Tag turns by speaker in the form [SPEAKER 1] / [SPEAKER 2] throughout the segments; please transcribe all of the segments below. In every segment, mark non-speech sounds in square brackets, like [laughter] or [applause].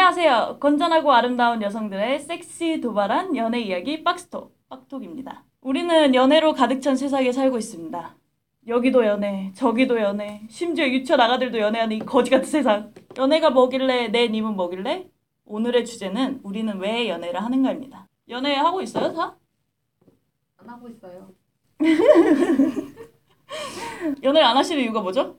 [SPEAKER 1] 안녕하세요. 건전하고 아름다운 여성들의 섹시 도발한 연애 이야기 빡스톡, 빡톡입니다. 우리는 연애로 가득 찬 세상에 살고 있습니다. 여기도 연애, 저기도 연애, 심지어 유치원 아가들도 연애하는 이 거지 같은 세상. 연애가 뭐길래 내 님은 뭐길래? 오늘의 주제는 우리는 왜 연애를 하는가입니다. 연애 하고 있어요, 다?
[SPEAKER 2] 안 하고 있어요.
[SPEAKER 1] 연애를 안 하시는 이유가 뭐죠?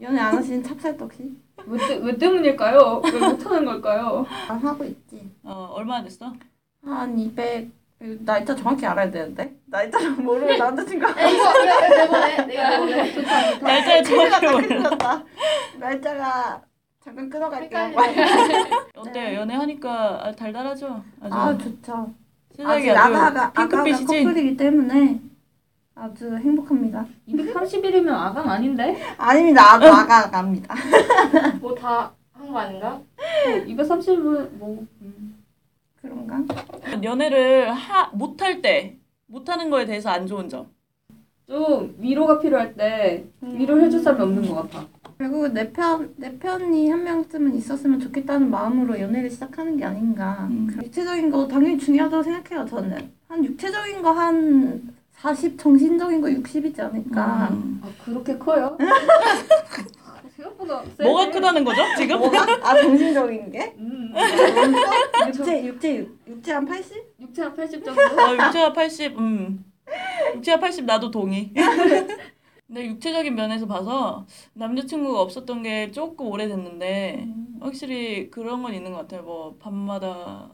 [SPEAKER 3] 연애 안 하신 찹쌀떡씨?
[SPEAKER 2] 왜, 때- 왜 때문일까요? 왜 못하는 걸까요?
[SPEAKER 3] 안 하고 있지.
[SPEAKER 1] 어, 얼마나 됐어?
[SPEAKER 3] 한 200. 나이차 정확히 알아야 되는데? 나이차를 모르면 남자친구 알아.
[SPEAKER 2] 내가 내가 내가 좋다 좋다.
[SPEAKER 1] 날짜에 정확히
[SPEAKER 3] 큰일
[SPEAKER 1] 몰라.
[SPEAKER 3] 났다. 날짜가 잠깐 끊어갈게요.
[SPEAKER 1] 어때요? 연애하니까 아, 달달하죠? 아주.
[SPEAKER 3] 네. 아 좋죠.
[SPEAKER 1] 세상이
[SPEAKER 3] 아직
[SPEAKER 1] 아주
[SPEAKER 3] 아가가 아가가
[SPEAKER 1] 핑크빛이지?
[SPEAKER 3] 커플이기 때문에 아주 행복합니다.
[SPEAKER 2] 230일이면 아감 아닌데?
[SPEAKER 3] 아닙니다. 아도 아가갑니다.
[SPEAKER 4] 뭐 다 한 거 아닌가?
[SPEAKER 2] 230은 뭐 음.
[SPEAKER 3] 그런가?
[SPEAKER 1] 연애를 하, 못할 때 못하는 거에 대해서 안 좋은 점.
[SPEAKER 2] 좀 위로가 필요할 때 위로를 해줄 사람이 없는 것 같아.
[SPEAKER 3] 결국 내편내 편이 한 명쯤은 있었으면 좋겠다는 마음으로 연애를 시작하는 게 아닌가.
[SPEAKER 1] 음.
[SPEAKER 3] 그럼 육체적인 거 당연히 중요하다고 생각해요. 저는 한 육체적인 거 한 40, 정신적인 거 60이지 않을까.
[SPEAKER 1] 음.
[SPEAKER 2] 아 그렇게 커요? [laughs] 생각보다 세.
[SPEAKER 1] 뭐가 크다는 거죠 지금?
[SPEAKER 3] 뭐가? 아 정신적인 게?
[SPEAKER 2] 음.
[SPEAKER 3] 육체 육체 육- 육체 한 80?
[SPEAKER 2] 6,080 정도?
[SPEAKER 1] [laughs] 어, 육체와 80, 음. 육체와 80 나도 동의. [laughs] 근데 육체적인 면에서 봐서 남자친구가 없었던 게 조금 오래됐는데
[SPEAKER 3] 음,
[SPEAKER 1] 확실히 그런 건 있는 것 같아요. 뭐 밤마다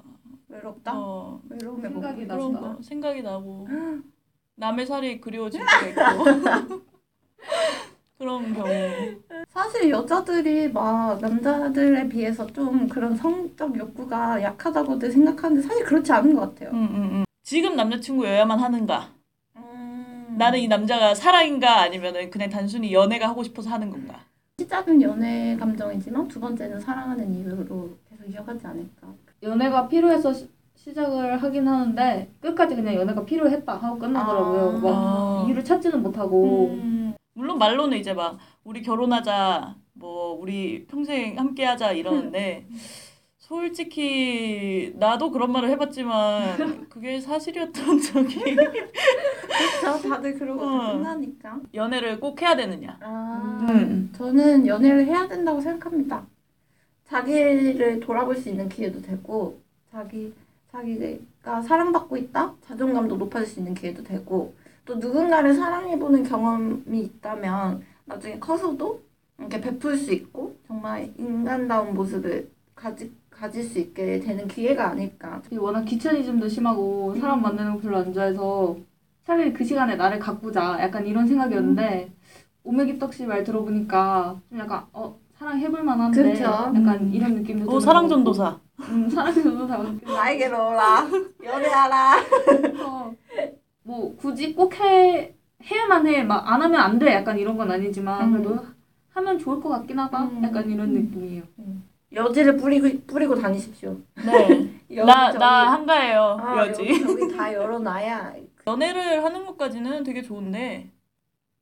[SPEAKER 3] 외롭다.
[SPEAKER 1] 어,
[SPEAKER 3] 외로움에
[SPEAKER 2] 생각이
[SPEAKER 3] 못-
[SPEAKER 1] 그런
[SPEAKER 2] 나시다.
[SPEAKER 1] 거 생각이
[SPEAKER 2] [gasps]
[SPEAKER 1] 나고 남의 살이 그리워질 때가 있고
[SPEAKER 2] [laughs]
[SPEAKER 1] [laughs] 그런 경우. 음,
[SPEAKER 3] 사실 여자들이 막 남자들에 비해서 좀 그런 성적 욕구가 약하다고들 생각하는데 사실 그렇지 않은 것 같아요.
[SPEAKER 1] 음, 음, 음. 지금 남자친구여야만 하는가?
[SPEAKER 3] 음.
[SPEAKER 1] 나는 이 남자가 사랑인가 아니면은 그냥 단순히 연애가 하고 싶어서 하는 건가?
[SPEAKER 3] 시작은 연애 감정이지만 두 번째는 사랑하는 이유로 계속 이어가지 않을까.
[SPEAKER 2] 연애가 필요해서 시, 시작을 하긴 하는데 끝까지 그냥 연애가 필요했다 하고 끝나더라고요.
[SPEAKER 3] 아.
[SPEAKER 2] 막 이유를 찾지는 못하고
[SPEAKER 3] 음.
[SPEAKER 1] 물론 말로는 이제 막 우리 결혼하자, 뭐 우리 평생 함께하자 이러는데 솔직히 나도 그런 말을 해봤지만 그게 사실이었던 적이 [laughs]
[SPEAKER 3] 그렇죠. 다들 그러고 다
[SPEAKER 1] 어.
[SPEAKER 3] 끝나니까.
[SPEAKER 1] 연애를 꼭 해야 되느냐? 어,
[SPEAKER 3] 아,
[SPEAKER 1] 음.
[SPEAKER 3] 저는 연애를 해야 된다고 생각합니다. 자기를 돌아볼 수 있는 기회도 되고, 자기, 자기가 사랑받고 있다? 자존감도 높아질 수 있는 기회도 되고, 또 누군가를 사랑해보는 경험이 있다면, 나중에 커서도 이렇게 베풀 수 있고, 정말 인간다운 모습을 가지, 가질 수 있게 되는 기회가 아닐까.
[SPEAKER 2] 이 워낙 귀차니즘도 심하고
[SPEAKER 3] 음.
[SPEAKER 2] 사람 만나는 거 별로 안 좋아해서 차라리 그 시간에 나를 가꾸자 약간 이런
[SPEAKER 3] 음.
[SPEAKER 2] 생각이었는데 오메기 떡씨 말 들어보니까 좀 약간 어 사랑해볼 만한데
[SPEAKER 3] 그쵸. 음.
[SPEAKER 2] 약간 이런 느낌도
[SPEAKER 1] 오
[SPEAKER 2] 드는
[SPEAKER 1] 사랑
[SPEAKER 2] 것 같고.
[SPEAKER 1] 전도사.
[SPEAKER 2] 음, 사랑 전도사
[SPEAKER 3] [laughs] 나에게로 오라. [laughs] 연애하라.
[SPEAKER 2] 어, 뭐 굳이 꼭 해, 해야만 해. 막 안 하면 안 돼. 약간 이런 건 아니지만
[SPEAKER 3] 음.
[SPEAKER 2] 그래도 하면 좋을 것 같긴 하다.
[SPEAKER 3] 음.
[SPEAKER 2] 약간 이런 느낌이에요.
[SPEAKER 3] 여지를 뿌리고, 뿌리고 다니십시오.
[SPEAKER 1] 네. [laughs] 나,
[SPEAKER 3] 여기저기.
[SPEAKER 1] 나 한가해요.
[SPEAKER 3] 아,
[SPEAKER 1] 여지.
[SPEAKER 3] 여기저기 다 열어놔야
[SPEAKER 1] 연애를 하는 것까지는 되게 좋은데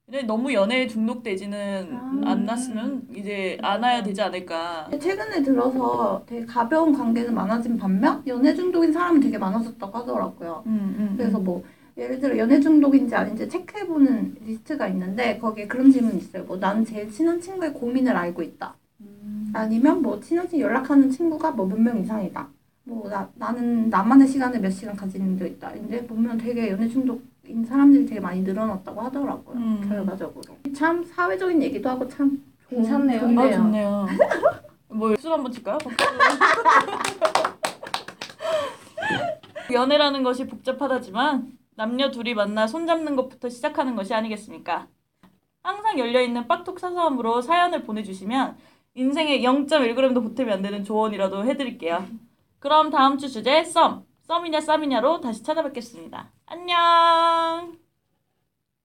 [SPEAKER 1] 근데 너무 연애에 중독되지는
[SPEAKER 3] 아.
[SPEAKER 1] 안 났으면 이제 안 와야 되지 않을까.
[SPEAKER 3] 최근에 들어서 되게 가벼운 관계는 많아진 반면 연애 중독인 사람은 되게 많아졌다고 하더라고요.
[SPEAKER 1] 음, 음.
[SPEAKER 3] 그래서 뭐 예를 들어 연애 중독인지 아닌지 체크해보는 리스트가 있는데 거기에 그런 질문이 있어요. 뭐 나는 제일 친한 친구의 고민을 알고 있다. 아니면 뭐 친한 친구 연락하는 친구가 뭐 몇 명 이상이다. 뭐 나, 나는 나만의 시간을 몇 시간 가지는 게 있다. 근데 보면 되게 연애 중독인 사람들이 되게 많이 늘어났다고 하더라고요.
[SPEAKER 1] 음.
[SPEAKER 3] 결과적으로. 참 사회적인 얘기도 하고 참 좋은-
[SPEAKER 2] 괜찮네요.
[SPEAKER 3] 좋네요.
[SPEAKER 1] 아 좋네요. [laughs] 뭐술 한번 칠까요? 연애라는 것이 복잡하다지만 남녀 둘이 만나 손잡는 것부터 시작하는 것이 아니겠습니까? 항상 열려있는 빡톡 사서함으로 사연을 보내주시면 인생에 0.1g도 보탬이 안 되는 조언이라도 해드릴게요. 그럼 다음 주 주제 썸, 썸이냐 쌈이냐로 다시 찾아뵙겠습니다. 안녕!